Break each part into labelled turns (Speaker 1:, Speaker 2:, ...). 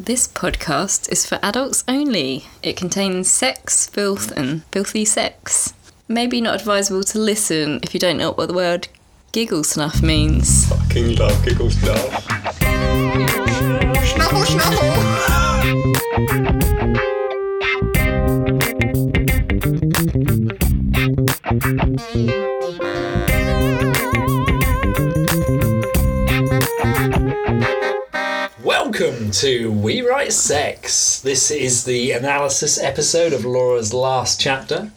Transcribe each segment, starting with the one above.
Speaker 1: This podcast is for adults only. It contains sex, filth, and filthy sex. Maybe not advisable to listen if you don't know what the word giggle snuff means.
Speaker 2: Fucking love giggle stuff. Schnuffle, schnuffle.
Speaker 3: Welcome to We Write Sex. This is the analysis episode of Laura's last chapter.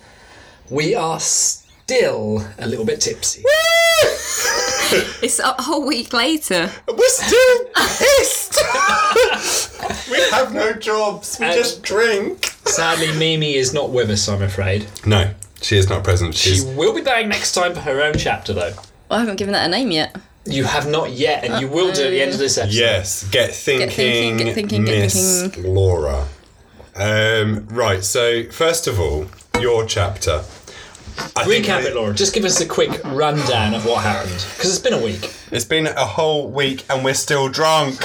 Speaker 3: We are still a little bit tipsy.
Speaker 1: It's a whole week later.
Speaker 2: We're still pissed. we have no jobs. We
Speaker 3: Um,
Speaker 2: just drink.
Speaker 3: Sadly, Mimi is not with us, I'm afraid.
Speaker 2: No, she is not present.
Speaker 3: She
Speaker 2: She's
Speaker 3: will be back next time for her own chapter, though.
Speaker 1: I haven't given that a name yet.
Speaker 3: You have not yet, and you will do at the end of this episode.
Speaker 2: yes. Get thinking,
Speaker 1: thinking, get thinking, get
Speaker 2: Miss Laura. Um, right. So first of all, your chapter. I think
Speaker 3: Recap
Speaker 2: we-
Speaker 3: it, Laura. Just give us a quick rundown of what happened, because it's been a week.
Speaker 2: It's been a whole week and we're still drunk.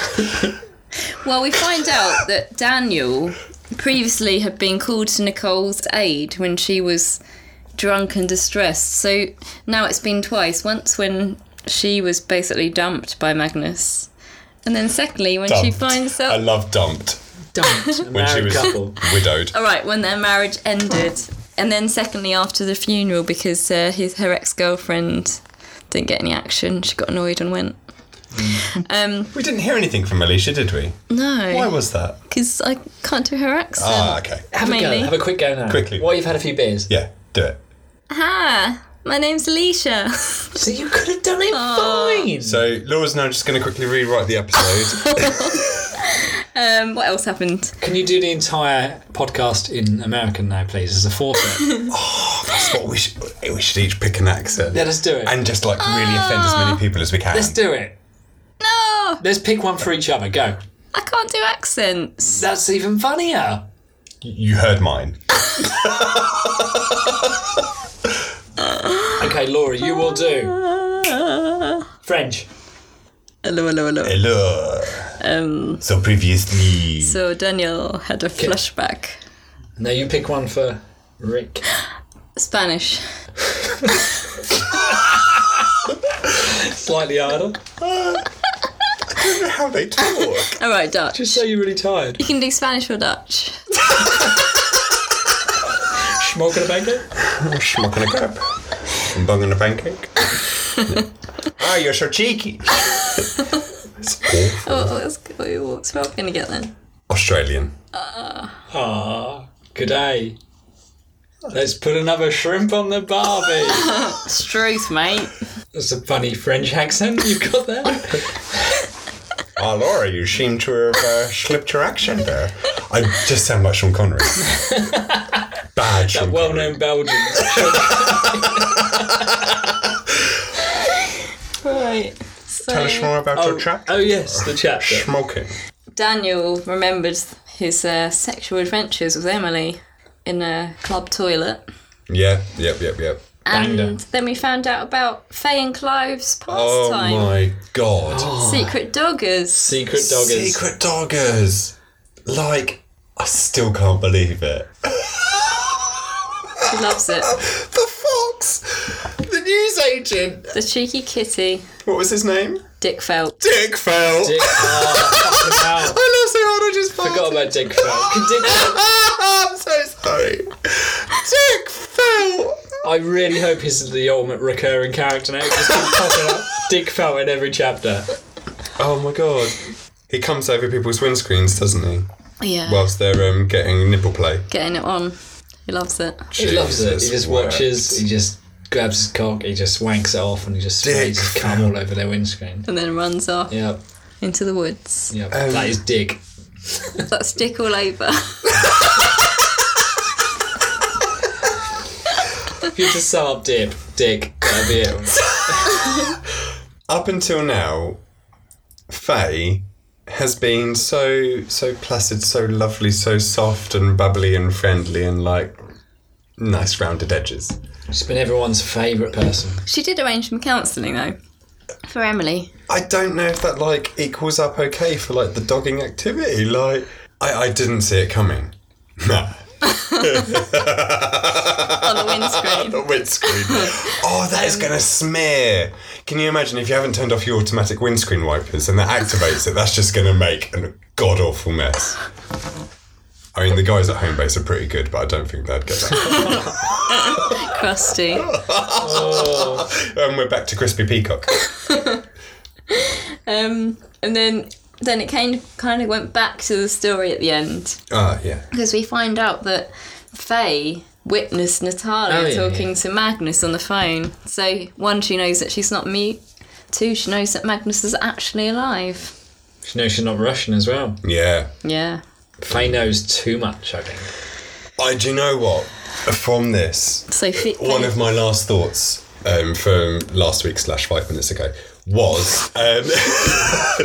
Speaker 1: Well, we find out that Daniel previously had been called to Nicole's aid when she was drunk and distressed. So now it's been twice. Once when she was basically dumped by Magnus, and then secondly when she
Speaker 2: Dumped.
Speaker 1: finds
Speaker 2: I
Speaker 1: out.
Speaker 2: love dumped.
Speaker 3: Dumped. A
Speaker 2: When she
Speaker 3: married
Speaker 2: was
Speaker 3: couple.
Speaker 2: widowed.
Speaker 1: All right, when their marriage ended, and then secondly after the funeral because uh, his her ex girlfriend didn't get any action. She got annoyed and went. Um,
Speaker 2: We didn't hear anything from Alicia, did we? Why
Speaker 1: no,
Speaker 2: was that?
Speaker 1: because I can't do her accent.
Speaker 2: Ah, okay.
Speaker 3: Have a
Speaker 1: Mainly.
Speaker 3: go. Have a quick go now.
Speaker 2: Quickly.
Speaker 3: While you've had a few beers.
Speaker 2: Yeah, do it.
Speaker 1: Hi, my name's Alicia.
Speaker 3: So you could have done it fine.
Speaker 2: So Laura's now just going to quickly rewrite the episode.
Speaker 1: Um, what else happened?
Speaker 3: Can you do the entire podcast in American now, please, as a forfeit?
Speaker 2: That's what we should. We should each pick an accent.
Speaker 3: Let us do it.
Speaker 2: and just like really offend as many people as we can.
Speaker 3: Let's do it.
Speaker 1: No,
Speaker 3: Let's pick one for each other. Go.
Speaker 1: I can't do accents.
Speaker 3: That's even funnier.
Speaker 2: you heard mine.
Speaker 3: Okay, Laura, you will do. French.
Speaker 1: Hello, hello, hello.
Speaker 2: Hello.
Speaker 1: Um,
Speaker 2: So previously,
Speaker 1: so Daniel had a flashback.
Speaker 3: Now you pick one for Rick.
Speaker 1: Spanish.
Speaker 3: Slightly harder.
Speaker 2: how they talk.
Speaker 1: All right, Dutch.
Speaker 3: Just say you're really tired.
Speaker 1: You can do Spanish or Dutch.
Speaker 3: Smoking a banquet?
Speaker 2: Smoking a crab. And bunging a pancake. oh, you're so cheeky. it's awful.
Speaker 1: Oh, What, what's, what's Rob gonna get then?
Speaker 2: Australian.
Speaker 3: Ah, good day. Let's put another shrimp on the barbie.
Speaker 1: Struth, mate.
Speaker 3: That's a funny French accent you've got there.
Speaker 2: Ah, Laura, you seem to have uh, slipped your accent there. I just sound like Sean Connery. Bad Sean
Speaker 3: Well
Speaker 2: Connery.
Speaker 3: known Belgian.
Speaker 1: Right.
Speaker 2: Tell us
Speaker 1: So
Speaker 2: more about your
Speaker 3: Oh,
Speaker 2: trap.
Speaker 3: oh, yes, the chapter.
Speaker 2: Smoking.
Speaker 1: Daniel remembered his uh, sexual adventures with Emily in a club toilet.
Speaker 2: Yeah, yep, yep, yep.
Speaker 1: And
Speaker 3: Banger.
Speaker 1: then we found out about Faye and Clive's
Speaker 2: Oh
Speaker 1: pastime.
Speaker 2: my god.
Speaker 1: Secret doggers.
Speaker 3: Oh, Secret doggers.
Speaker 2: Secret doggers. Like, I still can't believe it.
Speaker 1: She loves it.
Speaker 2: The fox! The newsagent!
Speaker 1: The cheeky kitty,
Speaker 2: What was his name?
Speaker 1: Dick Felt.
Speaker 2: Dick Fell!
Speaker 3: Dick. Oh, fucking hell.
Speaker 2: I love so hard I just
Speaker 3: Forgot about Dick Fell. Can Dick Fell-
Speaker 2: I'm so sorry. Dick Fell!
Speaker 3: I really hope he's the ultimate recurring character now. Just keep popping up Dick Fell in every chapter.
Speaker 2: Oh my god. He comes over people's windscreens, doesn't he?
Speaker 1: Yeah.
Speaker 2: Whilst they're um, getting nipple play.
Speaker 1: Getting it on. He loves it.
Speaker 3: He loves it. He
Speaker 2: Jesus
Speaker 3: just
Speaker 2: wept.
Speaker 3: watches. He just grabs his cock. He just wanks it off, and he just
Speaker 2: Dick
Speaker 3: sprays his cum all over their windscreen.
Speaker 1: And then runs off
Speaker 3: Yep.
Speaker 1: into the woods.
Speaker 3: Yep.
Speaker 2: Um,
Speaker 3: that is Dick.
Speaker 1: That's Dick all over.
Speaker 3: If you just sum up Dip, Dick, that'd be it.
Speaker 2: up until now, Faye has been so so placid, so lovely, so soft and bubbly and friendly and like nice rounded edges.
Speaker 3: She's been everyone's favourite person.
Speaker 1: she did arrange some counselling though. for Emily.
Speaker 2: I don't know if that like equals up okay for like the dogging activity. Like, I, I didn't see it coming. Nah.
Speaker 1: On the windscreen.
Speaker 2: The windscreen. oh, that is going to smear. Can you imagine if you haven't turned off your automatic windscreen wipers and that activates it? That's just going to make a god awful mess. I mean, the guys at home base are pretty good, but I don't think they'd get that.
Speaker 1: Crusty.
Speaker 2: and Um, we're back to Crispy Peacock.
Speaker 1: Um, and then then it kind of, kind of went back to the story at the end
Speaker 2: Ah, yeah.
Speaker 1: because we find out that Faye witnessed Natalia
Speaker 3: Oh, yeah,
Speaker 1: talking
Speaker 3: yeah.
Speaker 1: to Magnus on the phone. So one, she knows that she's not mute. Two, she knows that Magnus is actually alive.
Speaker 3: She knows she's not Russian as well.
Speaker 2: Yeah.
Speaker 1: Yeah.
Speaker 3: Faye knows too much, I think.
Speaker 2: I do you know what? From this,
Speaker 1: So Fe-
Speaker 2: one of my last thoughts um, from last week slash five minutes ago was um,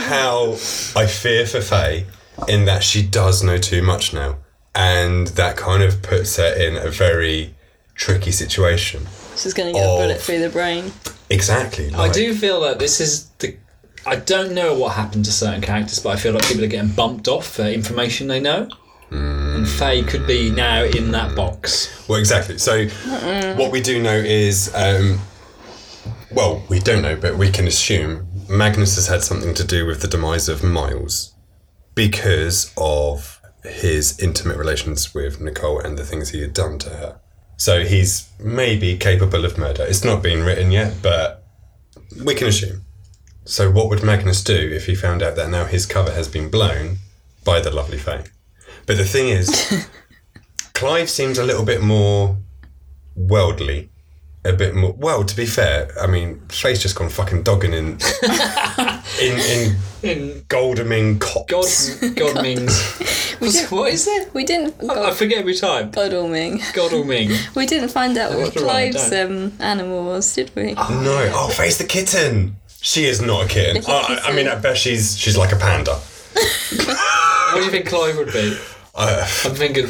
Speaker 2: how I fear for Faye in that she does know too much now, and that kind of puts her in a very tricky situation.
Speaker 1: she's going to get
Speaker 2: Oh.
Speaker 1: a bullet through the brain.
Speaker 2: Exactly.
Speaker 3: I
Speaker 2: like-
Speaker 3: do feel that this is the. I don't know what happened to certain characters, but I feel like people are getting bumped off for information they know. And Faye could be now in that box.
Speaker 2: Well, exactly. So, what we do know is, um, well, we don't know, but we can assume Magnus has had something to do with the demise of Miles because of his intimate relations with Nicole and the things he had done to her. So he's maybe capable of murder. It's not been written yet, but we can assume. So, what would Magnus do if he found out that now his cover has been blown by the lovely Faye? But the thing is. Clive seems a little bit more worldly, a bit more. Well, to be fair, I mean, Faye's just gone fucking dogging in in in
Speaker 3: In
Speaker 2: Goldaming cops.
Speaker 3: God, God means. what is it?
Speaker 1: We didn't.
Speaker 3: I forget every time.
Speaker 1: Godalming.
Speaker 3: God or Ming.
Speaker 1: We didn't find out what
Speaker 3: have to write it
Speaker 1: Clive's um, animal was, did we?
Speaker 2: No, oh, Faye's the kitten. She is not a kitten. Oh, I, I- I mean, at best, she's she's like a panda.
Speaker 3: What do you think Clive would be?
Speaker 2: Uh,
Speaker 3: I'm thinking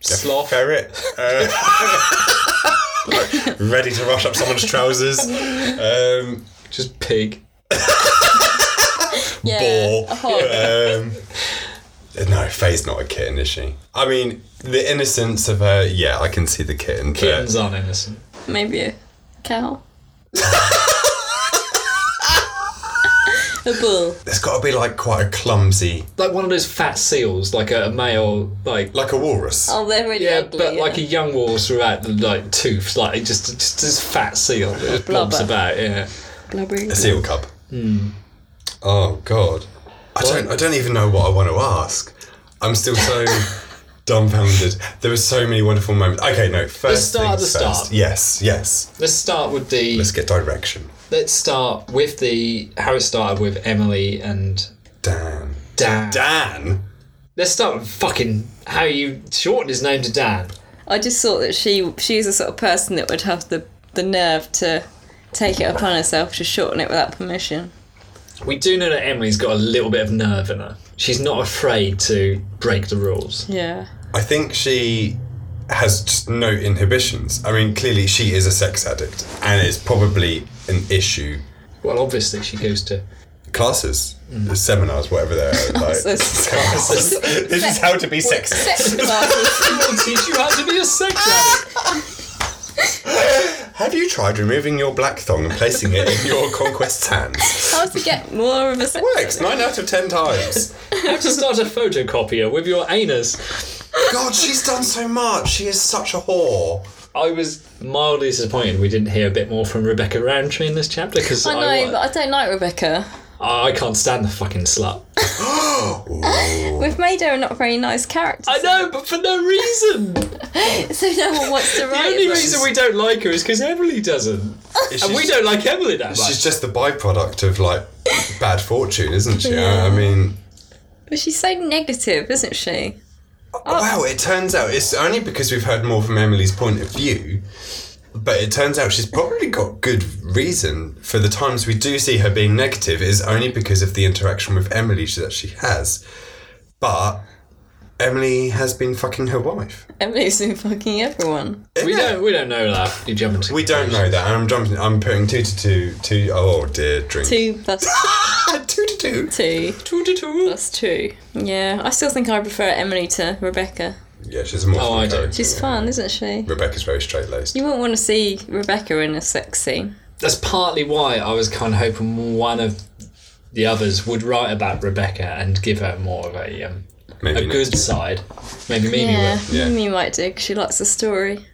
Speaker 3: sloth.
Speaker 2: ferret. Uh, like, ready to rush up someone's trousers. Um,
Speaker 3: Just pig.
Speaker 1: yeah.
Speaker 2: ball.
Speaker 1: A hog.
Speaker 2: Um, no, Faye's not a kitten, is she? I mean, the innocence of her. Yeah, I can see the kitten. but-
Speaker 3: Kittens aren't innocent.
Speaker 1: Maybe a cow. a bull.
Speaker 2: There's got to be like quite a clumsy,
Speaker 3: Like one of those fat seals, like a male, like.
Speaker 2: like a walrus.
Speaker 1: Oh, they're really
Speaker 3: Yeah,
Speaker 1: ugly.
Speaker 3: but
Speaker 1: yeah.
Speaker 3: like a young walrus without the like tooth, like it just just this fat seal that just blobs
Speaker 1: Blubber.
Speaker 3: about. Yeah,
Speaker 1: Blubbery.
Speaker 2: A seal cub. Oh God, I don't. I don't even know what I want to ask. I'm still so dumbfounded. There were so many wonderful moments. Okay, no. First
Speaker 3: start at
Speaker 2: things
Speaker 3: the
Speaker 2: first.
Speaker 3: start.
Speaker 2: Yes, yes.
Speaker 3: let's start with
Speaker 2: Let's
Speaker 3: the let's,
Speaker 2: get direction.
Speaker 3: start with the how it started with Emily and
Speaker 2: Dan.
Speaker 3: Dan.
Speaker 2: Dan.
Speaker 3: Let's start with fucking how you shortened his name to Dan.
Speaker 1: I just thought that she she's the sort of person that would have the the nerve to take it upon herself to shorten it without permission.
Speaker 3: We do know that Emily's got a little bit of nerve in her. She's not afraid to break the rules.
Speaker 1: Yeah.
Speaker 2: I think she has just no inhibitions. I mean, clearly she is a sex addict, and it's probably an issue.
Speaker 3: Well, obviously she goes to
Speaker 2: Classes,
Speaker 3: Mm.
Speaker 2: seminars, whatever they're
Speaker 3: Oh,
Speaker 2: like.
Speaker 1: So it's-
Speaker 2: this is how to be sexy.
Speaker 1: sex classes.
Speaker 3: She will teach you how to be a sex addict.
Speaker 2: Have you tried removing your black thong and placing it in your conquest's hands?
Speaker 1: How to get more of a sex.
Speaker 2: Works nine out of ten times.
Speaker 3: How to start a photocopier with your anus.
Speaker 2: God, she's done so much. She is such a whore.
Speaker 3: I was mildly disappointed we didn't hear a bit more from Rebecca Roundtree in this chapter because I,
Speaker 1: I know,
Speaker 3: wa-
Speaker 1: but I don't like Rebecca.
Speaker 3: I, I can't stand the fucking slut.
Speaker 1: We've made her a not very nice character,
Speaker 3: I know, but for no reason. The
Speaker 1: so no one wants to write.
Speaker 3: only
Speaker 1: about-
Speaker 3: reason we don't like her is because Emily doesn't,
Speaker 1: Oh,
Speaker 3: and we don't like Emily that much.
Speaker 2: She's just the byproduct of like bad fortune, isn't she? I mean.
Speaker 1: But she's so negative, isn't she?
Speaker 3: Oh.
Speaker 2: Wow, it turns out it's only because we've heard more from Emily's point of view, but it turns out she's probably got good reason for the times we do see her being negative is only because of the interaction with Emily she, that she has. But Emily has been fucking her wife.
Speaker 1: Emily's been fucking everyone.
Speaker 3: We don't we don't know that. You jump into
Speaker 2: We don't know that. I'm jumping. I'm putting two to two. Two. Oh dear, drink.
Speaker 1: Two plus
Speaker 2: two to two.
Speaker 1: two
Speaker 2: Two to two.
Speaker 1: plus two. Yeah, I still think I prefer Emily to Rebecca.
Speaker 2: Yeah, she's a more.
Speaker 3: Oh,
Speaker 2: fun
Speaker 3: I do.
Speaker 2: character.
Speaker 1: She's fun, isn't she?
Speaker 2: Rebecca's very straight laced.
Speaker 1: You wouldn't want to see Rebecca in a sex scene.
Speaker 3: That's partly why I was kind of hoping one of the others would write about Rebecca and give her more of a um,
Speaker 2: Maybe
Speaker 3: a
Speaker 2: not.
Speaker 3: good side. Maybe Mimi
Speaker 1: Yeah,
Speaker 3: would.
Speaker 2: yeah.
Speaker 1: Mimi might do 'cause she likes the story.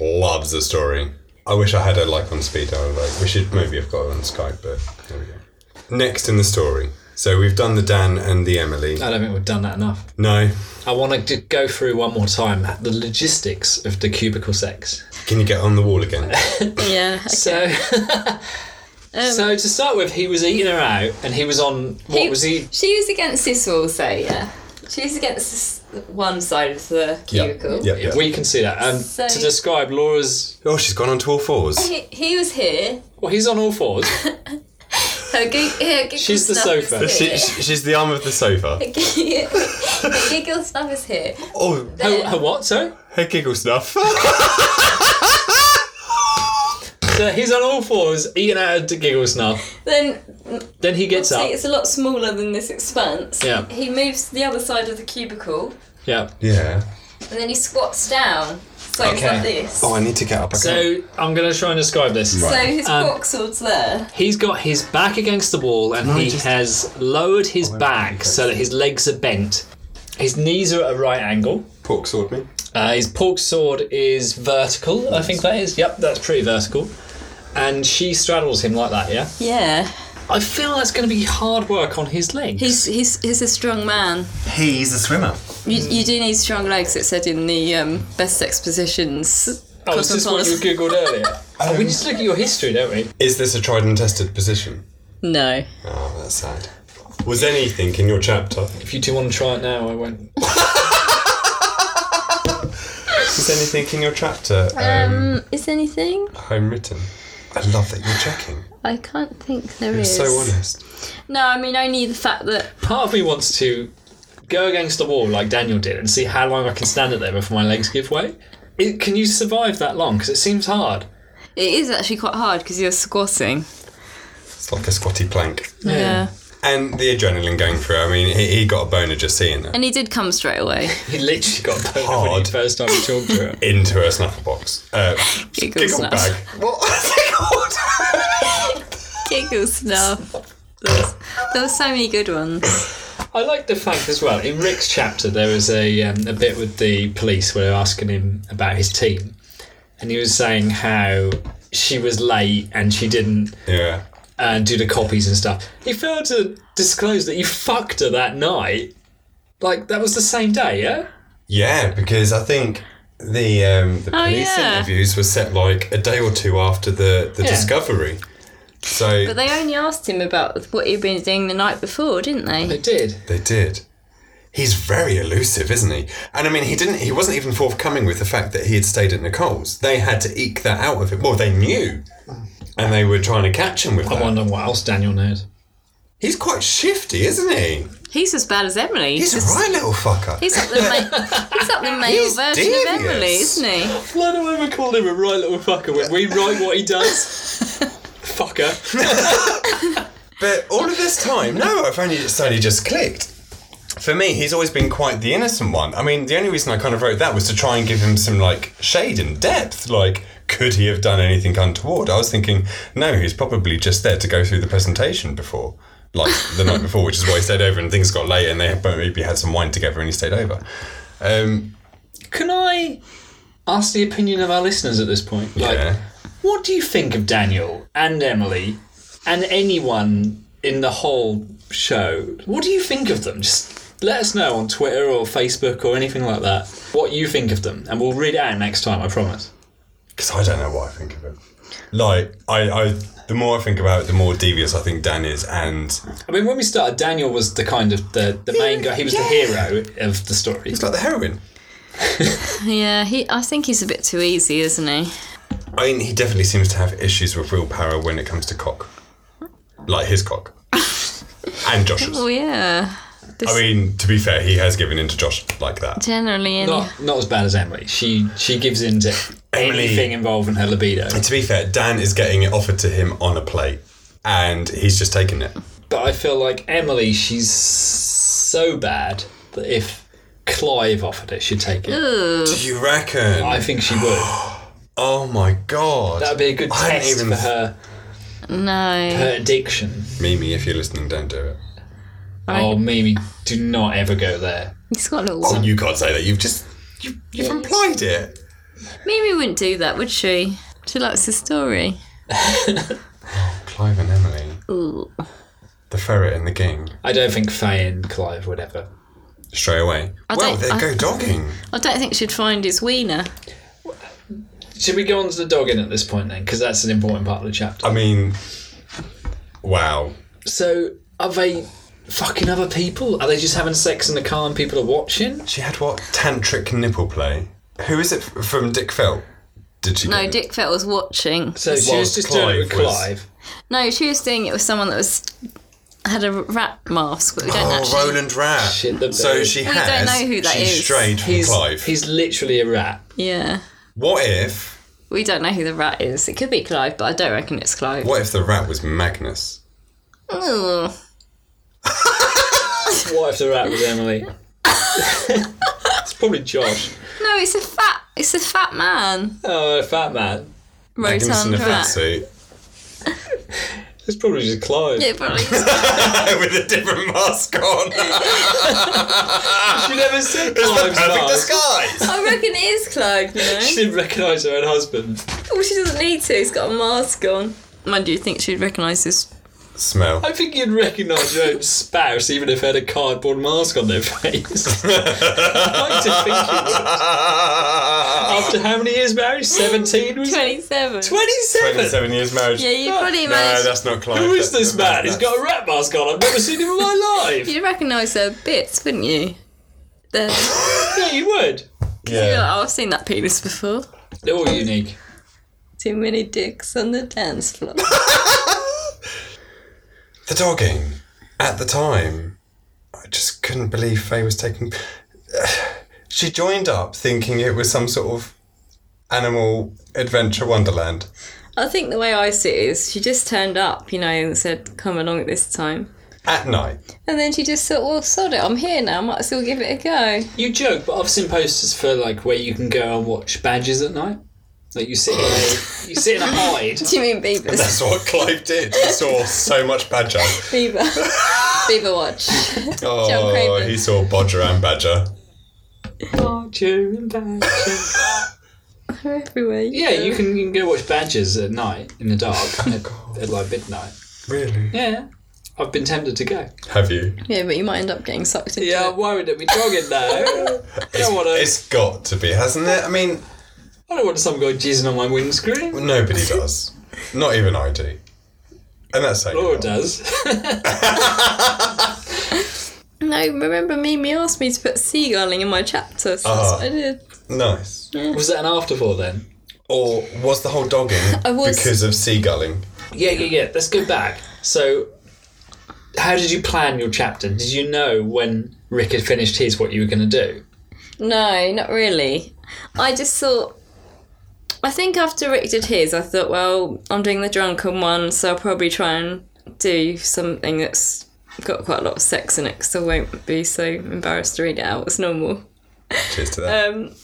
Speaker 2: Loves the story. I wish I had her like on speed dial. Like we should maybe have got her on Skype, but there we go. Next in the story. So we've done the Dan and the Emily.
Speaker 3: I don't think we've done that enough.
Speaker 2: No.
Speaker 3: I want to go through one more time the logistics of the cubicle sex.
Speaker 2: Can you get on the wall again?
Speaker 1: Yeah, okay.
Speaker 3: So, so to start with, he was eating her out, and he was on what was he?
Speaker 1: She was against this wall, so yeah. She was against this one side of the cubicle.
Speaker 2: Yeah. yeah.
Speaker 3: We can see that. Um,
Speaker 1: So-
Speaker 3: to describe Laura's,
Speaker 2: Oh, she's gone on to all fours.
Speaker 1: He, he was here.
Speaker 3: well, he's on all fours.
Speaker 1: Her gig, her giggle
Speaker 3: She's the
Speaker 1: snuff is
Speaker 3: sofa.
Speaker 2: She,
Speaker 1: here.
Speaker 2: she- she's the arm of the sofa.
Speaker 1: her giggle snuff is here.
Speaker 2: Oh,
Speaker 3: her, her uh, what? Sorry.
Speaker 2: her giggle snuff.
Speaker 3: So he's on all fours, eating out a giggle snuff.
Speaker 1: Then
Speaker 3: Then he gets
Speaker 1: see,
Speaker 3: up.
Speaker 1: it's a lot smaller than this expanse.
Speaker 3: Yeah.
Speaker 1: He moves to the other side of the cubicle
Speaker 3: Yeah.
Speaker 2: yeah.
Speaker 1: and then he squats down. So it's
Speaker 3: Okay.
Speaker 1: like this.
Speaker 2: Oh, I need to get up. I can't.
Speaker 3: So I'm gonna try and describe this.
Speaker 1: So
Speaker 2: Right.
Speaker 1: his
Speaker 3: Um,
Speaker 1: boxel's there.
Speaker 3: He's got his back against the wall and he
Speaker 2: just- Oh,
Speaker 3: has lowered his back so that his legs are bent. His knees are at a right angle.
Speaker 2: Pork sword me.
Speaker 3: Uh, his pork sword is vertical, I think that is. Yep, that's pretty vertical. And she straddles him like that, yeah?
Speaker 1: Yeah.
Speaker 3: I feel that's going to be hard work on his legs.
Speaker 1: He's he's he's a strong man.
Speaker 2: He's a swimmer.
Speaker 1: You, you do need strong legs, it said in the um, best expositions.
Speaker 3: oh, is this what you googled earlier? oh, we just look at your history, don't we?
Speaker 2: Is this a tried and tested position?
Speaker 1: No.
Speaker 2: Oh, that's sad. Was anything in your chapter?
Speaker 3: If you two want to try it now, I won't.
Speaker 2: Was anything in your chapter um,
Speaker 1: Um, is there anything?
Speaker 2: homewritten? I love that you're checking.
Speaker 1: I can't think there
Speaker 2: You're
Speaker 1: is.
Speaker 2: so honest.
Speaker 1: No, I mean only the fact that
Speaker 3: Part of me wants to go against the wall like Daniel did and see how long I can stand it there before my legs give way. It, can you survive that long? Because it seems hard.
Speaker 1: it is actually quite hard because you're squatting.
Speaker 2: It's like a squatty plank.
Speaker 1: Yeah.
Speaker 2: And the adrenaline going through. I mean, he, he got a boner just seeing her.
Speaker 1: And he did come straight away.
Speaker 3: He literally got burned when
Speaker 2: Hard.
Speaker 3: he first time he talked to her.
Speaker 2: Into her snapper box. Uh,
Speaker 1: Giggle,
Speaker 2: giggle
Speaker 1: snuff.
Speaker 2: bag. What was it called?
Speaker 1: Giggle snuff. There was, there was so many good ones.
Speaker 3: I like the fact as well, in Rick's chapter, there was a, um, a bit with the police where they were asking him about his team. And he was saying how she was late and she didn't
Speaker 2: yeah.
Speaker 3: uh, do the copies and stuff. He failed to disclose that you fucked her that night. Like, that was the same day, yeah?
Speaker 2: Yeah, because I think the um, the
Speaker 1: Oh,
Speaker 2: police
Speaker 1: yeah.
Speaker 2: interviews were set like a day or two after the, the
Speaker 3: Yeah.
Speaker 2: discovery. So
Speaker 1: But they only asked him about what he'd been doing the night before, didn't they?
Speaker 3: It did.
Speaker 2: They did. He's very elusive, isn't he? And I mean, he didn't. He wasn't even forthcoming with the fact that he had stayed at Nicole's. They had to eke that out of him. Well, they knew, and they were trying to catch him with
Speaker 3: I
Speaker 2: that.
Speaker 3: wonder what else Daniel knows.
Speaker 2: He's quite shifty, isn't he?
Speaker 1: He's as bad as Emily.
Speaker 2: He's a right little fucker.
Speaker 1: He's up the, ma- he's up the male
Speaker 2: He's
Speaker 1: version of Emily,
Speaker 2: devious.
Speaker 1: isn't he?
Speaker 3: Why do I ever call him a right little fucker when we write what he does? fucker.
Speaker 2: But all of this time, no, I've only it's only just clicked. For me, he's always been quite the innocent one. I mean, the only reason I kind of wrote that was to try and give him some like shade and depth. Like, could he have done anything untoward? I was thinking, no, he's probably just there to go through the presentation before, like the night before, which is why he stayed over and things got late and they had- maybe had some wine together and he stayed over. Um,
Speaker 3: Can I ask the opinion of our listeners at this point? Like,
Speaker 2: yeah.
Speaker 3: what do you think of Daniel and Emily and anyone in the whole show? What do you think of them? Just let us know on Twitter or Facebook or anything like that what you think of them, and we'll read it out next time, I promise.
Speaker 2: because I don't know what I think of him. Like, I, I, the more I think about it, the more devious I think Dan is, and
Speaker 3: I mean, when we started, Daniel was the kind of the, the main guy. He was the hero of the story.
Speaker 2: he's like the heroine.
Speaker 1: Yeah, he. I think he's a bit too easy, isn't he?
Speaker 2: I mean, he definitely seems to have issues with willpower when it comes to cock, like his cock and Josh's.
Speaker 1: Oh yeah. This
Speaker 2: I mean, to be fair, he has given in to Josh like that.
Speaker 1: generally any.
Speaker 3: Not not as bad as Emily. She she gives in to
Speaker 2: Emily-
Speaker 3: anything involving her libido.
Speaker 2: And to be fair, Dan is getting it offered to him on a plate, and he's just taking it.
Speaker 3: But I feel like Emily, she's so bad that if Clive offered it, she'd take it.
Speaker 1: Ugh.
Speaker 2: Do you reckon?
Speaker 3: I think she would.
Speaker 2: oh my god,
Speaker 3: That'd be a good
Speaker 2: I hadn't
Speaker 3: test
Speaker 2: even
Speaker 3: for her
Speaker 1: No.
Speaker 3: her addiction.
Speaker 2: Mimi, if you're listening, don't do it.
Speaker 1: Right.
Speaker 3: Oh, Mimi, do not ever go there.
Speaker 1: He's got a little
Speaker 2: Oh,
Speaker 1: one.
Speaker 2: you can't say that. You've just you, you've implied it.
Speaker 1: Mimi wouldn't do that, would she? She likes the story.
Speaker 2: Clive and Emily,
Speaker 1: Ooh.
Speaker 2: the ferret and the king,
Speaker 3: I don't think Faye and Clive would ever.
Speaker 2: straight away.
Speaker 1: I
Speaker 2: well,
Speaker 1: don't-
Speaker 2: they
Speaker 1: I-
Speaker 2: go dogging.
Speaker 1: I don't think she'd find his wiener.
Speaker 3: Should we go on to the dogging at this point then? Because that's an important part of the chapter.
Speaker 2: I mean, wow.
Speaker 3: So, are they fucking other people? Are they just having sex in the car and people are watching?
Speaker 2: She had what tantric nipple play? Who is it f- from Dick Felt? Did she?
Speaker 1: No,
Speaker 2: get it?
Speaker 1: Dick Fett was watching.
Speaker 3: So she
Speaker 2: Whilst
Speaker 3: was just doing it with
Speaker 2: Clive was-
Speaker 3: Clive.
Speaker 1: No, she was doing it with someone that was had a rat mask, but we don't
Speaker 2: Oh,
Speaker 1: actually.
Speaker 2: Roland Rat.
Speaker 3: Shit the
Speaker 2: so
Speaker 3: bed.
Speaker 2: she
Speaker 1: We don't
Speaker 2: has.
Speaker 1: know who that
Speaker 2: she's
Speaker 1: is.
Speaker 2: strayed from
Speaker 3: He's,
Speaker 2: Clive.
Speaker 3: he's literally a rat.
Speaker 1: Yeah.
Speaker 2: What if?
Speaker 1: We don't know who the rat is. It could be Clive, but I don't reckon it's Clive.
Speaker 2: What if the rat was Magnus?
Speaker 1: Ooh.
Speaker 3: What if the rat was Emily? it's probably Josh.
Speaker 1: No, it's a fat. It's a fat man.
Speaker 3: Oh, a fat man.
Speaker 2: Magnus in
Speaker 1: Rotund
Speaker 2: a fat
Speaker 1: rat.
Speaker 2: suit
Speaker 3: It's probably just Clive.
Speaker 1: It probably
Speaker 2: with a different mask on.
Speaker 3: She never said
Speaker 2: It's the
Speaker 3: Clive's
Speaker 2: perfect
Speaker 3: mask.
Speaker 2: disguise.
Speaker 1: I reckon it is Clive, you
Speaker 3: She
Speaker 1: know.
Speaker 3: didn't recognise her own husband.
Speaker 1: Well, she doesn't need to. He's got a mask on. Mind you, think she'd recognise this?
Speaker 2: Smell.
Speaker 3: I think you'd recognise your own spouse even if they had a cardboard mask on their face. I like to think you would. After how many years marriage? 17? Was it?
Speaker 1: Twenty-seven.
Speaker 3: 27?
Speaker 2: Twenty-seven years marriage.
Speaker 1: Yeah, you probably
Speaker 2: no,
Speaker 1: managed.
Speaker 2: that's not Clive.
Speaker 3: Who is
Speaker 2: that's
Speaker 3: this man? He's got a rat mask on. I've never seen him in my life.
Speaker 1: You'd recognise her bits, wouldn't you? The,
Speaker 3: Yeah, you would.
Speaker 1: you're
Speaker 2: Yeah.
Speaker 1: like, "Oh, I've seen that penis before.
Speaker 3: They're all unique.
Speaker 1: Too many dicks on the dance floor.
Speaker 2: The dogging at the time. I just couldn't believe Faye was taking. She joined up thinking it was some sort of animal adventure wonderland.
Speaker 1: I think the way I see it is, she just turned up, you know, and said, "Come along at this time."
Speaker 2: At night.
Speaker 1: And then she just thought, "Well, sod it, I'm here now. Might as well give it a go."
Speaker 3: You joke, but I've seen posters for like where you can go and watch badges at night. Like you sit in a, you sit in a hide.
Speaker 1: Do you mean Beavers?
Speaker 2: That's what Clive did. He saw so much badger.
Speaker 1: Beaver, Beaver Watch. John
Speaker 2: Oh,
Speaker 1: Craven.
Speaker 2: he saw Bodger and Badger.
Speaker 3: Badger and badger.
Speaker 1: They're everywhere.
Speaker 3: Yeah, you can you can go watch badgers at night in the dark at, at like midnight.
Speaker 2: Really?
Speaker 3: Yeah. I've been tempted to go.
Speaker 2: Have you?
Speaker 1: Yeah, but you might end up getting sucked into
Speaker 3: Yeah,
Speaker 1: it.
Speaker 3: I'm worried that we dogging now. I don't want to.
Speaker 2: It's got to be, hasn't it? I mean,
Speaker 3: I don't want some guy jizzing on my windscreen.
Speaker 2: nobody does. Not even I do. And that's saying. a
Speaker 3: Laura
Speaker 2: lot.
Speaker 3: Oh, does.
Speaker 1: No, remember Mimi asked me to put seagulling in my chapter, so that's
Speaker 2: Ah.
Speaker 1: what I did.
Speaker 2: Nice.
Speaker 3: Was that an afterthought then?
Speaker 2: Or was the whole dogging
Speaker 1: I was-
Speaker 2: because of seagulling?
Speaker 3: Yeah, yeah, yeah. Let's go back. So, how did you plan your chapter? Did you know when Rick had finished his what you were going to do?
Speaker 1: No, not really. I just thought. I think after Rick did his, I thought, well, I'm doing the drunken one, so I'll probably try and do something that's got quite a lot of sex in it, because I won't be so embarrassed to read it out as normal.
Speaker 2: Cheers to that.
Speaker 1: Um,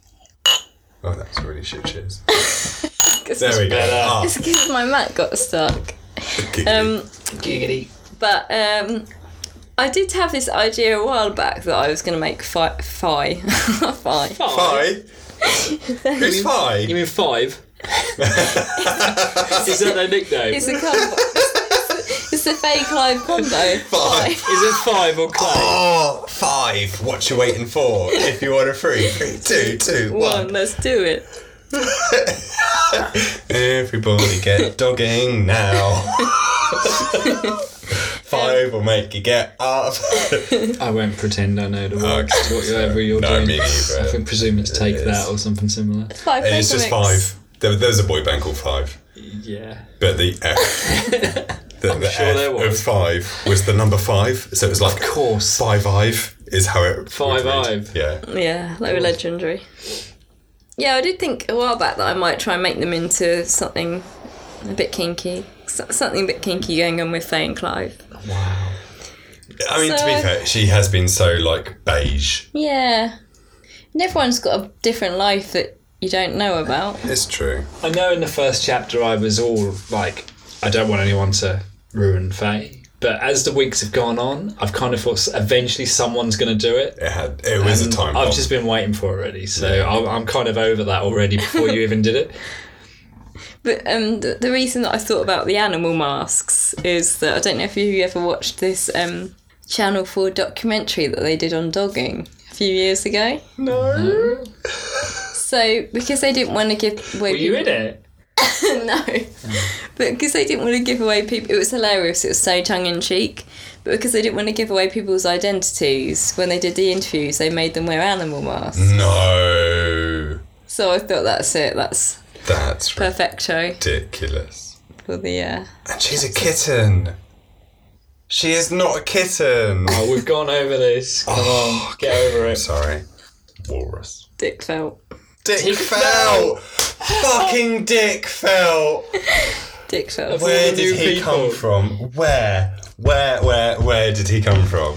Speaker 2: oh, that's really shit. Cheers.
Speaker 1: 'cause-
Speaker 2: There we go.
Speaker 3: better.
Speaker 2: Ah,
Speaker 1: It's because my mat got stuck.
Speaker 2: giggity.
Speaker 1: Um,
Speaker 3: Giggity.
Speaker 1: but um, I did have this idea a while back that I was going to make fi- fi fi.
Speaker 2: Fi? Who's Fi?
Speaker 3: You mean five? Is that their nickname?
Speaker 1: It's a combo. it's the fake live combo.
Speaker 2: Fi.
Speaker 3: Is it five or Clay?
Speaker 2: Oh, five. What you waiting for? If you order three, three, two, two,
Speaker 1: One,
Speaker 2: one.
Speaker 1: let's do it.
Speaker 2: Everybody get dogging now. five will make you get up.
Speaker 3: I won't pretend I know the words
Speaker 2: Okay.
Speaker 3: to whatever you're
Speaker 2: No,
Speaker 3: doing.
Speaker 2: me neither.
Speaker 3: I think presume it's take
Speaker 2: It
Speaker 3: that
Speaker 2: is.
Speaker 3: or something similar.
Speaker 1: Five
Speaker 2: it's just
Speaker 1: Megamix.
Speaker 2: five. There, there's a boy band called Five,
Speaker 3: Yeah.
Speaker 2: but the F The, the
Speaker 3: sure
Speaker 2: F
Speaker 3: there was.
Speaker 2: of five was the number five, so it was like
Speaker 3: Of course.
Speaker 2: five ive is how it would
Speaker 3: Five
Speaker 2: read.
Speaker 3: Ive.
Speaker 2: Yeah,
Speaker 1: Yeah, they were legendary. Yeah, I did think a while back that I might try and make them into something a bit kinky. So- Something a bit kinky going on with Faye and Clive.
Speaker 2: I mean to
Speaker 1: So
Speaker 2: be
Speaker 1: I-
Speaker 2: fair, she has been so like beige.
Speaker 1: Yeah. And everyone's got a different life that you don't know about.
Speaker 2: It's true.
Speaker 3: I know in the first chapter I was all like, I don't want anyone to ruin Faye. But as the weeks have gone on, I've kind of thought s- eventually someone's going to do it.
Speaker 2: It had it was a
Speaker 3: And
Speaker 2: time.
Speaker 3: I've
Speaker 2: bomb.
Speaker 3: just been waiting for it already, so I'm, I'm kind of over that already before you even did it.
Speaker 1: But um, the, the reason that I thought about the animal masks is that I don't know if you ever watched this um, Channel 4 documentary that they did on dogging a few years ago.
Speaker 2: no.
Speaker 1: So, because they didn't want to give away
Speaker 3: Were you in it?
Speaker 1: no, but because they didn't want to give away people, it was hilarious. It was so tongue in cheek, but because they didn't want to give away people's identities when they did the interviews, they made them wear animal masks.
Speaker 2: No.
Speaker 1: So I thought that's it. That's
Speaker 2: That's
Speaker 1: perfecto
Speaker 2: ridiculous.
Speaker 1: for the. Uh,
Speaker 2: And she's a kitten. She is not a kitten.
Speaker 3: Oh, we've gone over this. Come
Speaker 2: Oh,
Speaker 3: on, get over it.
Speaker 2: Sorry. Walrus.
Speaker 1: Dick felt.
Speaker 2: Dick, fell. Fucking Dick fell.
Speaker 1: Dick felt.
Speaker 2: Where
Speaker 3: the
Speaker 2: did
Speaker 3: new
Speaker 2: he
Speaker 3: people.
Speaker 2: come from? Where? Where? Where? Where did he come from?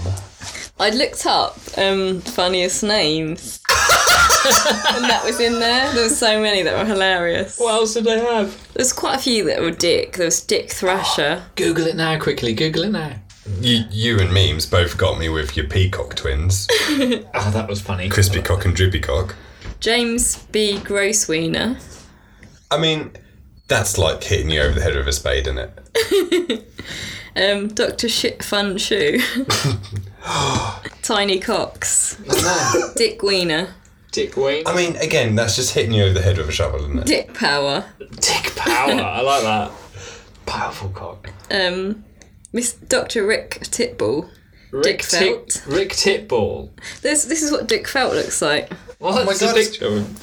Speaker 1: I looked up um, funniest names, and that was in there. There were so many that were hilarious.
Speaker 3: What else did they have?
Speaker 1: There's quite a few that were Dick. There was Dick Thrasher.
Speaker 3: Google it now, quickly. Google it now.
Speaker 2: You, you and memes both got me with your peacock twins,
Speaker 3: Oh, that was funny.
Speaker 2: crispy cock and drippy cock.
Speaker 1: James B. Grosswiener.
Speaker 2: I mean, that's like hitting you over the head with a spade, isn't it?
Speaker 1: Um, Dr. Shit Fun Shoe. Tiny Cox.
Speaker 3: Oh, no.
Speaker 1: Dick Wiener.
Speaker 3: Dick Wayne.
Speaker 2: I mean, again, that's just hitting you over the head with a shovel, isn't it?
Speaker 1: Dick Power.
Speaker 3: Dick Power. I like that. Powerful cock.
Speaker 1: Um, Miss Dr. Rick Titbull.
Speaker 3: Rick
Speaker 1: Dick
Speaker 3: Tit-
Speaker 1: Felt.
Speaker 3: Rick Titball.
Speaker 1: This, this is what Dick Felt looks like.
Speaker 3: Well, that's
Speaker 2: Oh God,
Speaker 3: a
Speaker 2: it's-
Speaker 3: picture of him.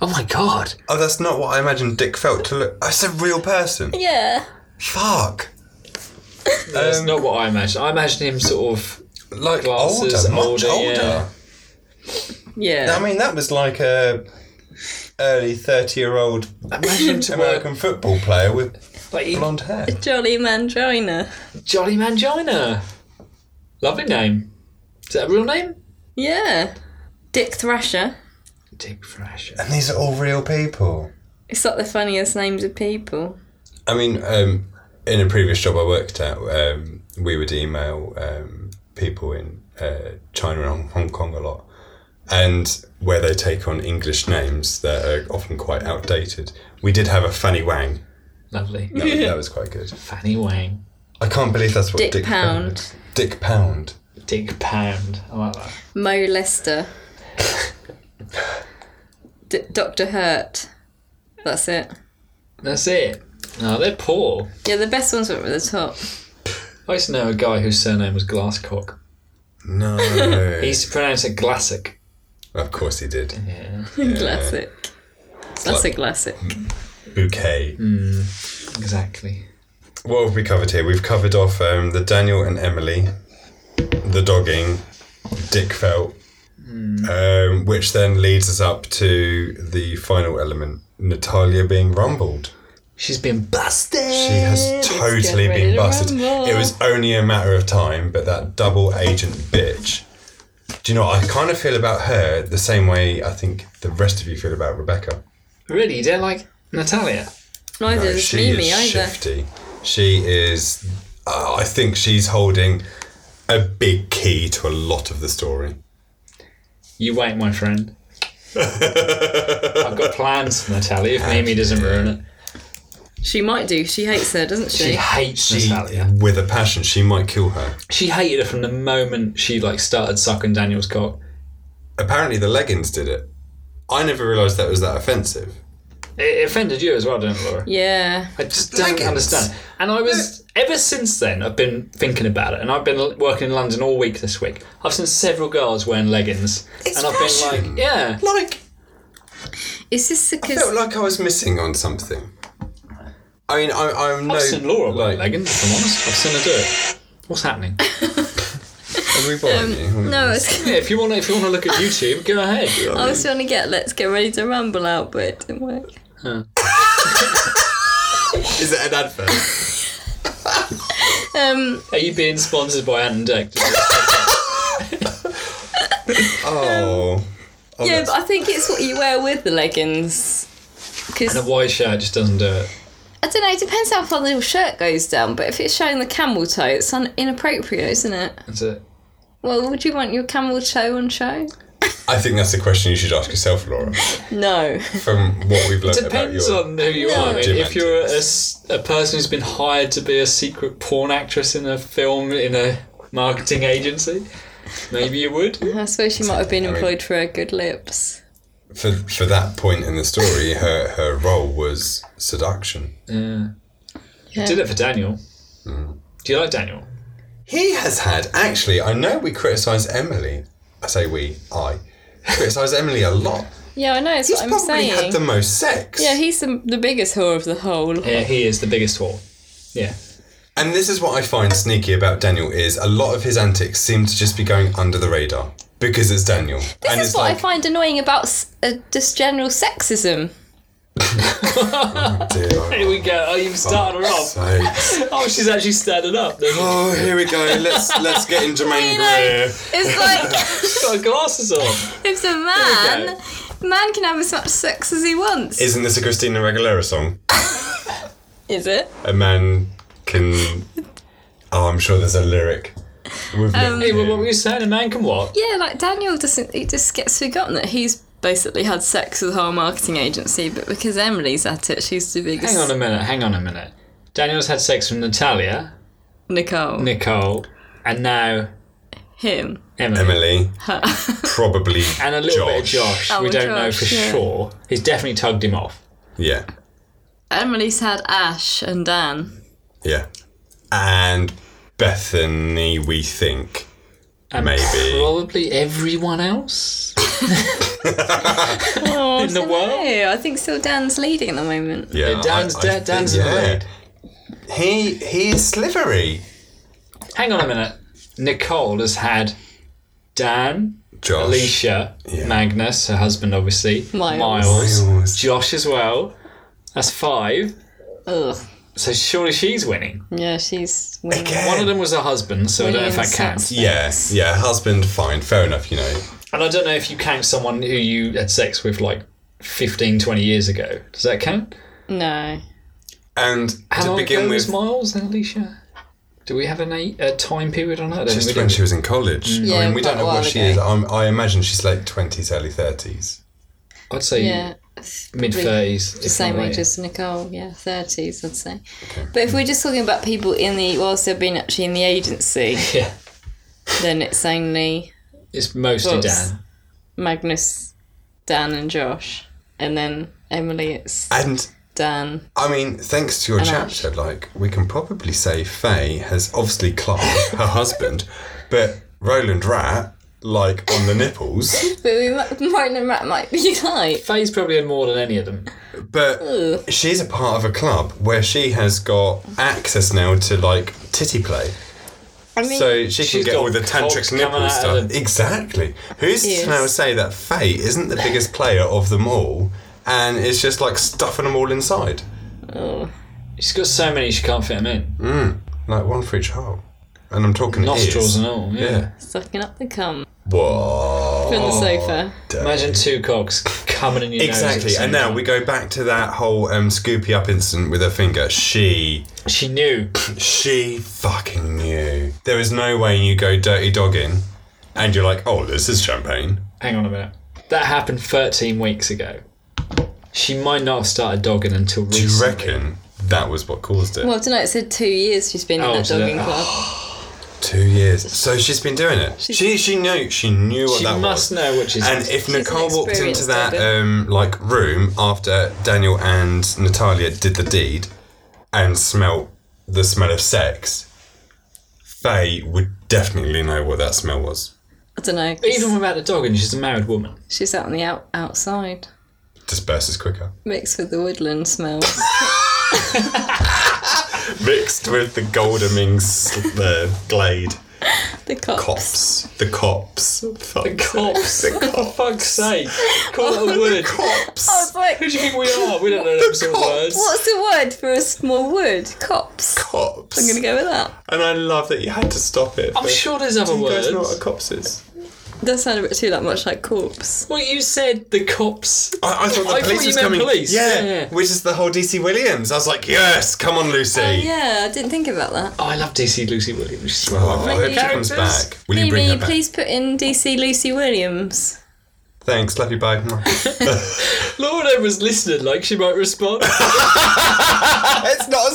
Speaker 3: Oh my god.
Speaker 2: Oh, that's not what I imagined Dick felt to look. That's a real person.
Speaker 1: Yeah.
Speaker 2: Fuck.
Speaker 3: That's
Speaker 2: Um,
Speaker 3: not what I imagine. I imagine him sort of
Speaker 2: Like
Speaker 3: Glasses,
Speaker 2: older, much
Speaker 3: older,
Speaker 2: older.
Speaker 3: yeah.
Speaker 1: Yeah.
Speaker 2: I mean, that was like a early thirty-year-old
Speaker 3: imagine him to work
Speaker 2: American football player with
Speaker 3: like he-
Speaker 2: blonde hair.
Speaker 1: Jolly Mangina.
Speaker 3: Jolly Mangina. Lovely name. Is that a real name?
Speaker 1: Yeah. Dick Thrasher.
Speaker 3: Dick Thrasher.
Speaker 2: And these are all real people.
Speaker 1: It's like the funniest names of people.
Speaker 2: I mean, um, in a previous job I worked at, um, we would email um, people in uh, China and Hong- Hong Kong a lot, and where they take on English names that are often quite outdated. We did have a Fanny Wang.
Speaker 3: Lovely.
Speaker 2: That, was- that was quite good.
Speaker 3: Fanny Wang.
Speaker 2: I can't believe that's what
Speaker 1: Dick
Speaker 2: Dick,
Speaker 1: Pound.
Speaker 2: is. Dick Pound.
Speaker 3: Dick Pound. I like that.
Speaker 1: Mo Lester. D- Dr. Hurt. That's it.
Speaker 3: That's it. No, they're poor.
Speaker 1: Yeah, the best ones were at the top.
Speaker 3: I used to know a guy whose surname was Glasscock.
Speaker 2: No.
Speaker 3: He used to pronounce it Glassic.
Speaker 2: of course he did.
Speaker 3: Yeah.
Speaker 1: Classic. That's a classic.
Speaker 2: Bouquet.
Speaker 3: Exactly.
Speaker 2: What have we covered here? We've covered off um, the Daniel and Emily, the dogging, Dick Felt, um, which then leads us up to the final element Natalia being rumbled.
Speaker 3: She's been busted.
Speaker 2: She has
Speaker 1: Let's get
Speaker 2: totally
Speaker 1: ready
Speaker 2: been
Speaker 1: to
Speaker 2: busted.
Speaker 1: rumble.
Speaker 2: It was only a matter of time, but that double agent bitch. Do you know what? I kind of feel about her the same way I think the rest of you feel about Rebecca.
Speaker 3: Really? You don't like Natalia?
Speaker 1: Neither
Speaker 2: No,
Speaker 1: does
Speaker 2: she
Speaker 1: Mimi
Speaker 2: is
Speaker 1: either.
Speaker 2: shifty. She is. uh, I I think she's holding a big key to a lot of the story.
Speaker 3: You wait, my friend. I've got plans for Natalia if Mimi doesn't ruin it.
Speaker 1: She might do. She hates her, doesn't she?
Speaker 3: She hates
Speaker 2: She,
Speaker 3: Natalia.
Speaker 2: with a passion, she might kill her.
Speaker 3: She hated her from the moment she like started sucking Daniel's cock.
Speaker 2: Apparently, the leggings did it. I never realised that was that offensive.
Speaker 3: It offended you as well, didn't it, Laura?
Speaker 1: yeah.
Speaker 3: I just don't
Speaker 2: Leggings.
Speaker 3: understand. And I was ever since then I've been thinking about it, and I've been l- working in London all week this week. I've seen several girls wearing leggings, and I've been
Speaker 2: fashion.
Speaker 3: like, yeah,
Speaker 2: Like,
Speaker 1: Is this
Speaker 2: felt
Speaker 1: because
Speaker 2: like I was missing on something. I mean, I, I'm no.
Speaker 3: I've seen Laura wear
Speaker 2: like,
Speaker 3: leggings, if I'm honest. I've seen her do it. What's happening?
Speaker 2: Are we boring you? Oh
Speaker 1: No, I was,
Speaker 3: yeah, if you want to, if you want to look at YouTube, go ahead.
Speaker 1: I was trying to get Let's Get Ready to Rumble out, but it didn't work.
Speaker 2: Is it an advert?
Speaker 1: Um,
Speaker 3: Are you being sponsored by Ant and Deck?
Speaker 2: Oh. oh
Speaker 1: yeah,
Speaker 2: that's-
Speaker 1: but I think it's what you wear with the leggings. Because,
Speaker 3: And a wide shirt just doesn't do it.
Speaker 1: I don't know, it depends how far the little shirt goes down, but if it's showing the camel toe, it's un- inappropriate, isn't it?
Speaker 3: That's it.
Speaker 1: Well, would you want your camel toe on show?
Speaker 2: I think that's a question you should ask yourself, Laura.
Speaker 1: No.
Speaker 2: From what we've learned about
Speaker 3: Depends
Speaker 2: your.
Speaker 3: on who you are. I mean,
Speaker 2: Gym
Speaker 3: if you're a,
Speaker 2: activist.
Speaker 3: s- a person who's been hired to be a secret porn actress in a film in a marketing agency, maybe you would.
Speaker 1: I suppose she might have been
Speaker 2: I mean-
Speaker 1: employed for her good lips.
Speaker 2: For, for that point in the story, her, her role was seduction.
Speaker 3: Yeah.
Speaker 1: Yeah.
Speaker 3: Did it for Daniel. Do you like Daniel?
Speaker 2: He has had, actually, I know we criticise Emily. I say we, I. Criticise Emily a lot.
Speaker 1: Yeah, I know, it's
Speaker 2: He's
Speaker 1: what I'm
Speaker 2: probably
Speaker 1: saying.
Speaker 2: had the most sex.
Speaker 1: yeah, he's the, the biggest whore of the whole.
Speaker 3: Yeah, he is the biggest whore. Yeah.
Speaker 2: And this is what I find sneaky about Daniel is a lot of his antics seem to just be going under the radar because it's Daniel. and
Speaker 1: This
Speaker 2: it's
Speaker 1: is what
Speaker 2: like,
Speaker 1: I find annoying about s- uh, just general sexism.
Speaker 3: Here
Speaker 2: dear,
Speaker 3: we go. Oh, you've started her off.
Speaker 2: sakes.
Speaker 3: Oh, she's actually standing up. There's she's
Speaker 2: Oh, here we go. Let's let's get in Jermaine
Speaker 1: You know,
Speaker 2: Greer.
Speaker 1: It's like
Speaker 3: got her glasses on.
Speaker 1: if the
Speaker 3: There
Speaker 1: man, man can have as much sex as he wants.
Speaker 2: Isn't this a Christina Aguilera song?
Speaker 1: Is it?
Speaker 2: A man can. Oh, I'm sure there's a lyric. We've
Speaker 1: Um,
Speaker 2: looked
Speaker 3: Hey, what
Speaker 2: here.
Speaker 3: were you saying? A man can what?
Speaker 1: Yeah, like Daniel doesn't. He just gets forgotten that he's basically had sex with the whole marketing agency, but because Emily's at it, she's the biggest.
Speaker 3: Hang on a minute. Hang on a minute. Daniel's had sex with Natalia,
Speaker 1: Nicole,
Speaker 3: Nicole, and now
Speaker 1: him.
Speaker 3: Emily.
Speaker 2: Emily, probably,
Speaker 3: And a little bit of Josh.
Speaker 1: Oh,
Speaker 3: we
Speaker 1: and
Speaker 3: don't know
Speaker 1: Josh,
Speaker 3: for
Speaker 1: yeah.
Speaker 3: sure. He's definitely tugged him off.
Speaker 2: Yeah,
Speaker 1: Emily's had Ash and Dan.
Speaker 2: yeah, and Bethany. We think
Speaker 3: And
Speaker 2: Maybe.
Speaker 3: Probably everyone else.
Speaker 1: Oh,
Speaker 3: In the world?
Speaker 1: No, I think still Dan's leading at the moment.
Speaker 2: Yeah,
Speaker 3: Yeah, Dan's-
Speaker 2: I- I
Speaker 3: Dan-
Speaker 2: think-
Speaker 3: Dan's in the lead.
Speaker 2: He he is slivery.
Speaker 3: Hang on a minute. Nicole has had Dan,
Speaker 2: Josh.
Speaker 3: Alicia,
Speaker 2: Yeah.
Speaker 3: Magnus, her husband, obviously,
Speaker 1: Miles.
Speaker 2: Miles.
Speaker 3: Josh as well. That's five.
Speaker 1: Ugh.
Speaker 3: So surely she's winning.
Speaker 1: Yeah, she's. winning.
Speaker 2: Again.
Speaker 3: One of them was her husband, so I don't know if
Speaker 1: Winning
Speaker 3: that counts.
Speaker 1: sex.
Speaker 2: Yeah, yeah, husband, fine, fair enough, you know.
Speaker 3: And I don't know if you count someone who you had sex with like 15, 20 years ago. Does that count?
Speaker 1: No.
Speaker 2: And
Speaker 3: How
Speaker 2: to
Speaker 3: long
Speaker 2: begin
Speaker 3: ago was
Speaker 2: with,
Speaker 3: Miles and Alicia? Do we have an eight, a time period on her? I don't
Speaker 2: just
Speaker 3: think we
Speaker 2: when
Speaker 3: do.
Speaker 2: she was in college. I
Speaker 1: Yeah,
Speaker 2: mean, we don't
Speaker 1: quite a
Speaker 2: know what
Speaker 1: while
Speaker 2: she
Speaker 1: ago.
Speaker 2: is. I'm, I imagine she's late 20s, early 30s.
Speaker 3: I'd say
Speaker 1: Yeah.
Speaker 3: mid thirties.
Speaker 1: the same age as Nicole, yeah, thirties, I'd say. But if we're just talking about people in the whilst they've been actually in the agency,
Speaker 3: Yeah,
Speaker 1: then it's only
Speaker 3: it's mostly
Speaker 1: Well, it's-
Speaker 3: Dan.
Speaker 1: Magnus, Dan, and Josh, and then Emily. It's
Speaker 2: And,
Speaker 1: Dan.
Speaker 2: I mean, thanks to your
Speaker 1: And Ash.
Speaker 2: chapter, like, we can probably say Faye has obviously Clark, her husband, but Roland Rat, like, on the nipples.
Speaker 1: But we might, Martin and Matt might be like,
Speaker 3: Faye's probably had more than any of them.
Speaker 2: But she's a part of a club where she has got access now to, like, titty play.
Speaker 1: I mean,
Speaker 2: So she can
Speaker 3: She's
Speaker 2: get
Speaker 3: got
Speaker 2: all the
Speaker 3: cock
Speaker 2: tantric
Speaker 3: coming out
Speaker 2: nipple
Speaker 3: of
Speaker 2: stuff.
Speaker 3: the-
Speaker 2: Exactly. Who's
Speaker 1: Yes.
Speaker 2: to now say that Faye isn't the biggest player of them all and it's just like stuffing them all inside?
Speaker 3: She's got so many she can't fit them
Speaker 2: Mm,
Speaker 3: in.
Speaker 2: Like one for each hole. And I'm talking ears.
Speaker 3: Nostrils and all. Yeah.
Speaker 2: Yeah.
Speaker 1: sucking up the cum
Speaker 2: Whoa.
Speaker 1: from the sofa.
Speaker 3: Imagine two cocks coming in your nose.
Speaker 2: Exactly.
Speaker 3: at the
Speaker 2: And
Speaker 3: same
Speaker 2: now
Speaker 3: time.
Speaker 2: we go back to that whole um, scoopy up incident with her finger. She
Speaker 3: she knew.
Speaker 2: She fucking knew. There is no way you go dirty dogging and you're like, oh, this is champagne.
Speaker 3: Hang on a minute. That happened 13 weeks ago. She might not have started dogging until
Speaker 2: Do you
Speaker 3: recently.
Speaker 2: reckon that was what caused it?
Speaker 1: Well, tonight it said two years she's been
Speaker 3: Oh,
Speaker 1: in that
Speaker 3: so that-
Speaker 1: dogging club.
Speaker 2: Two years. So she's been doing it. She she knew she knew what
Speaker 3: She
Speaker 2: that
Speaker 3: must
Speaker 2: was.
Speaker 3: know what she's.
Speaker 2: And if
Speaker 1: an
Speaker 2: Nicole walked into
Speaker 1: experienced
Speaker 2: that
Speaker 1: dogger.
Speaker 2: um, like room after Daniel and Natalia did the deed and smelt the smell of sex, Faye would definitely know what that smell was.
Speaker 1: I don't know.
Speaker 3: even without the dogging, she's a married woman.
Speaker 1: she's out on the out outside,
Speaker 2: Disperses quicker.
Speaker 1: mixed with the woodland smells.
Speaker 2: mixed with the Goldamings the glade.
Speaker 1: The cops.
Speaker 2: Cops. The cops.
Speaker 3: The cops.
Speaker 2: The
Speaker 3: For
Speaker 2: cops.
Speaker 3: fuck's sake. Call it a word.
Speaker 2: cops.
Speaker 1: I was
Speaker 3: Who
Speaker 1: like,
Speaker 3: do you think we are? We don't know them sort of
Speaker 2: cops.
Speaker 3: words.
Speaker 1: what's the word for a small word? Cops.
Speaker 2: cops.
Speaker 1: I'm gonna go with that.
Speaker 2: And I love that you had to stop it.
Speaker 3: I'm sure there's other
Speaker 2: Do you guys know what
Speaker 3: words.
Speaker 2: a cops is?
Speaker 1: That sounded a bit too like much like corpse.
Speaker 3: Well, you said the cops.
Speaker 2: I, I thought the
Speaker 3: I thought
Speaker 2: police
Speaker 3: you
Speaker 2: was
Speaker 3: meant
Speaker 2: coming.
Speaker 3: police.
Speaker 2: Yeah,
Speaker 3: Yeah.
Speaker 2: which is the whole DC Williams. I was like, yes, come on, Lucy.
Speaker 1: Oh yeah, I didn't think about that.
Speaker 3: Oh, I love DC Lucy Williams. She's one of
Speaker 2: Oh,
Speaker 3: my
Speaker 2: I hope
Speaker 3: favourite
Speaker 2: she comes
Speaker 3: characters.
Speaker 2: back. Will you bring her
Speaker 1: Maybe
Speaker 2: back?
Speaker 1: please put in DC Lucy Williams.
Speaker 2: Thanks, love you, bye.
Speaker 3: Laura was listening like she might respond.
Speaker 2: it's not a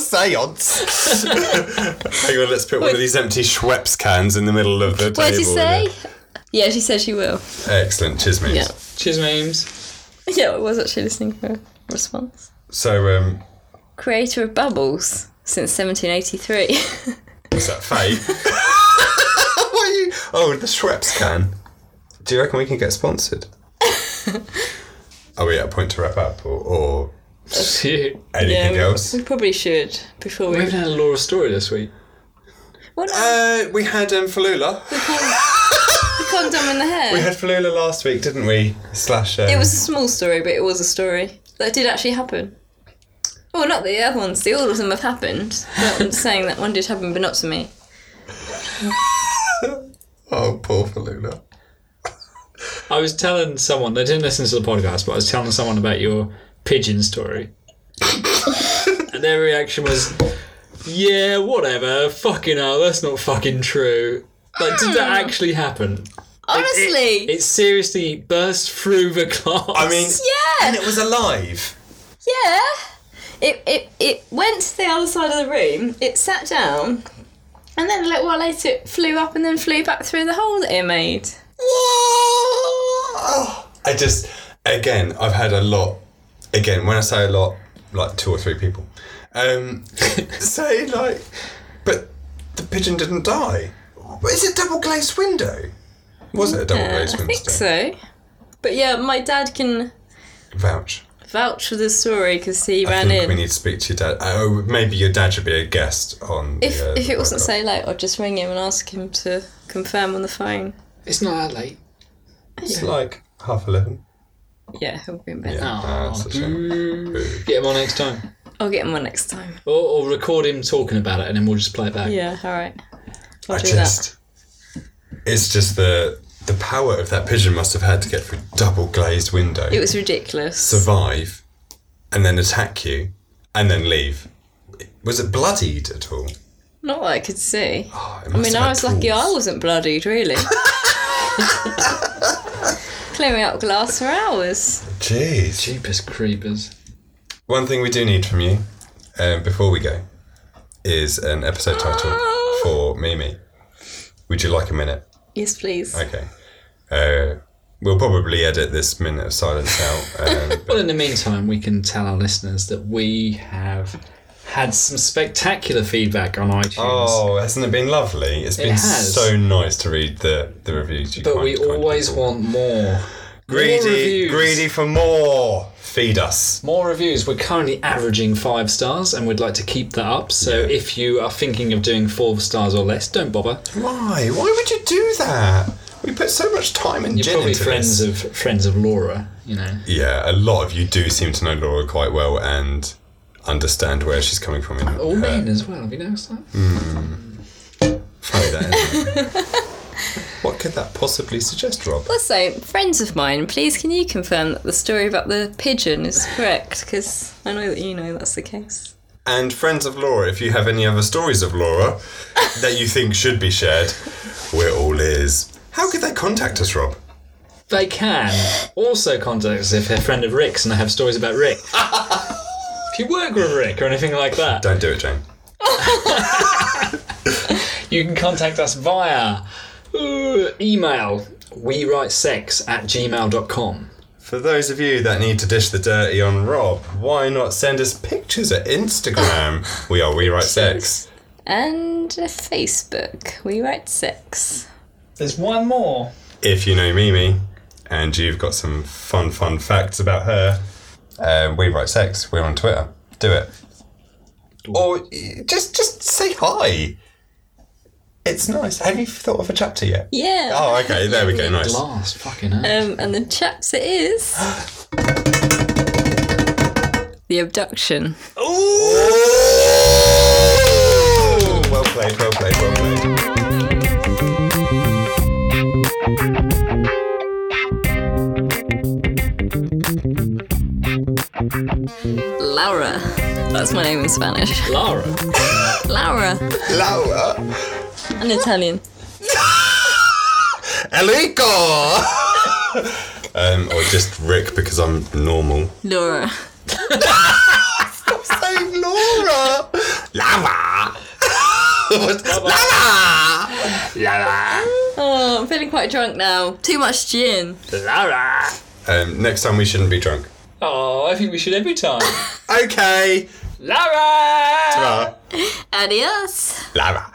Speaker 2: seance. Hang on, let's put one of these empty Schweppes cans in the middle of the table.
Speaker 1: What'd you say? Yeah, she said she will.
Speaker 2: Excellent, cheers, mate.
Speaker 1: Yeah.
Speaker 3: Cheers, Mames.
Speaker 1: Yeah, I was actually listening for a response.
Speaker 2: So, um,
Speaker 1: Creator of Bubbles since 1783.
Speaker 2: is that fake? what are you? Oh, the Schweppes can. Do you reckon we can get sponsored? are we at a point to wrap up or, or
Speaker 3: Shit.
Speaker 2: anything
Speaker 1: yeah,
Speaker 2: else?
Speaker 1: we, we probably should before
Speaker 3: We
Speaker 1: we. Ah.
Speaker 3: haven't had a Laura story this week.
Speaker 1: What?
Speaker 2: Uh, we had um, Falula.
Speaker 1: the condom in the hair.
Speaker 2: We had Falula last week, didn't we? Slash. Um,
Speaker 1: It was a small story, but it was a story that did actually happen. Well, not the other ones. The all of them have happened. But I'm saying that one did happen, but not to me.
Speaker 2: Oh, poor Falula.
Speaker 3: I was telling someone, they didn't listen to the podcast, but I was telling someone about your pigeon story. and their reaction was, yeah, whatever, fucking hell, that's not fucking true. Like, did that actually happen?
Speaker 1: Honestly,
Speaker 3: It seriously burst through the glass.
Speaker 2: I mean, and
Speaker 1: yeah,
Speaker 2: it was alive.
Speaker 1: yeah. It, it it went to the other side of the room. It sat down, and then a little while later, it flew up and then flew back through the hole that it made.
Speaker 2: I just, again, I've had a lot. Again, when I say a lot, like two or three people, um, say like, but the pigeon didn't die. Is it double glazed window? Was it a double
Speaker 1: Yeah,
Speaker 2: glazed
Speaker 1: Uh, I
Speaker 2: window?
Speaker 1: think so. But yeah, my dad can
Speaker 2: Vouch.
Speaker 1: vouch for this story because he
Speaker 2: I
Speaker 1: ran
Speaker 2: think
Speaker 1: in.
Speaker 2: we need to speak to your dad. Oh, maybe your dad should be a guest on.
Speaker 1: If,
Speaker 2: the, uh,
Speaker 1: if it wasn't
Speaker 2: podcast.
Speaker 1: so late, I'd just ring him and ask him to confirm on the phone.
Speaker 3: it's not that late.
Speaker 2: it's like half eleven.
Speaker 1: Yeah, he'll be in bed.
Speaker 2: Yeah,
Speaker 3: Aw.
Speaker 1: Oh,
Speaker 2: that's a shame. Boo.
Speaker 3: Get him on next time.
Speaker 1: I'll get him one next time.
Speaker 3: Or, or record him talking about it and then we'll just play it back.
Speaker 1: Yeah, all right. I'll
Speaker 2: I
Speaker 1: do
Speaker 2: just, it's just the the power of that pigeon must have had to get through double glazed window,
Speaker 1: that. It was ridiculous.
Speaker 2: survive, and then attack you, and then leave. Was it bloodied at all?
Speaker 1: Not that I could see.
Speaker 2: Oh, it
Speaker 1: I
Speaker 2: must
Speaker 1: mean,
Speaker 2: have
Speaker 1: I
Speaker 2: had
Speaker 1: was lucky I
Speaker 2: tools.
Speaker 1: wasn't bloodied, really. Clearing out glass for hours.
Speaker 2: Jeez.
Speaker 3: Cheapest creepers.
Speaker 2: One thing we do need from you, um, before we go, is an episode title
Speaker 1: Ah.
Speaker 2: for Mimi. Would you like a minute?
Speaker 1: Yes, please.
Speaker 2: Okay. Uh, we'll probably edit this minute of silence out. Um,
Speaker 3: Well, in the meantime, we can tell our listeners that we have had some spectacular feedback on iTunes.
Speaker 2: Oh, hasn't it been lovely? It's been
Speaker 3: has.
Speaker 2: so nice to read the, the reviews. You
Speaker 3: but
Speaker 2: kind-
Speaker 3: we
Speaker 2: kind
Speaker 3: always
Speaker 2: people.
Speaker 3: want more. more
Speaker 2: greedy,
Speaker 3: reviews.
Speaker 2: greedy for more. Feed us.
Speaker 3: More reviews. We're currently averaging five stars, and we'd like to keep that up. So, if you are thinking of doing four stars or less, don't bother.
Speaker 2: Why? Why would you do that? We put so much time and
Speaker 3: You're
Speaker 2: gin
Speaker 3: probably
Speaker 2: into
Speaker 3: friends
Speaker 2: this.
Speaker 3: of friends of Laura. You know,
Speaker 2: Yeah, a lot of you do seem to know Laura quite well and understand where she's coming from. In
Speaker 3: all
Speaker 2: her-
Speaker 3: men as well. Have you noticed that?
Speaker 2: Funny that, isn't it? what could that possibly suggest, Rob?
Speaker 1: Also, friends of mine, please can you confirm that the story about the pigeon is correct? Because I know that you know that's the case.
Speaker 2: And friends of Laura, if you have any other stories of Laura that you think should be shared, we're all ears. How could they contact us, Rob?
Speaker 3: They can also contact us if they're a friend of Rick's and they have stories about Rick. if you work with Rick or anything like that,
Speaker 2: Don't do it, Jane.
Speaker 3: you can contact us via uh, email we write sex at gmail.com.
Speaker 2: For those of you that need to dish the dirty on Rob, why not send us pictures at Instagram? we are We Write Sex.
Speaker 1: And Facebook. We write sex.
Speaker 3: There's one more.
Speaker 2: If you know Mimi and you've got some fun, fun facts about her, um, We Write Sex, we're on Twitter. Do it. or just just say hi. It's nice. Have you thought of a chapter yet?
Speaker 1: Yeah.
Speaker 2: Oh, okay. There we go. Nice.
Speaker 3: Last fucking hell.
Speaker 1: Um, and the chaps it is. the abduction.
Speaker 2: Ooh! Well played. Well played. Well played.
Speaker 1: Laura. That's my name in Spanish.
Speaker 3: Lara.
Speaker 1: Laura.
Speaker 2: Laura.
Speaker 1: An Italian.
Speaker 2: Elico. um, or just Rick because I'm normal.
Speaker 1: Laura.
Speaker 2: Say Laura. Lava. Lava. Lava.
Speaker 1: Oh, I'm feeling quite drunk now. Too much gin.
Speaker 3: Lara.
Speaker 2: Um, next time we shouldn't be drunk.
Speaker 3: Oh, I think we should every time.
Speaker 2: Okay.
Speaker 3: Lara.
Speaker 2: Lava.
Speaker 1: Adios.
Speaker 2: Lava.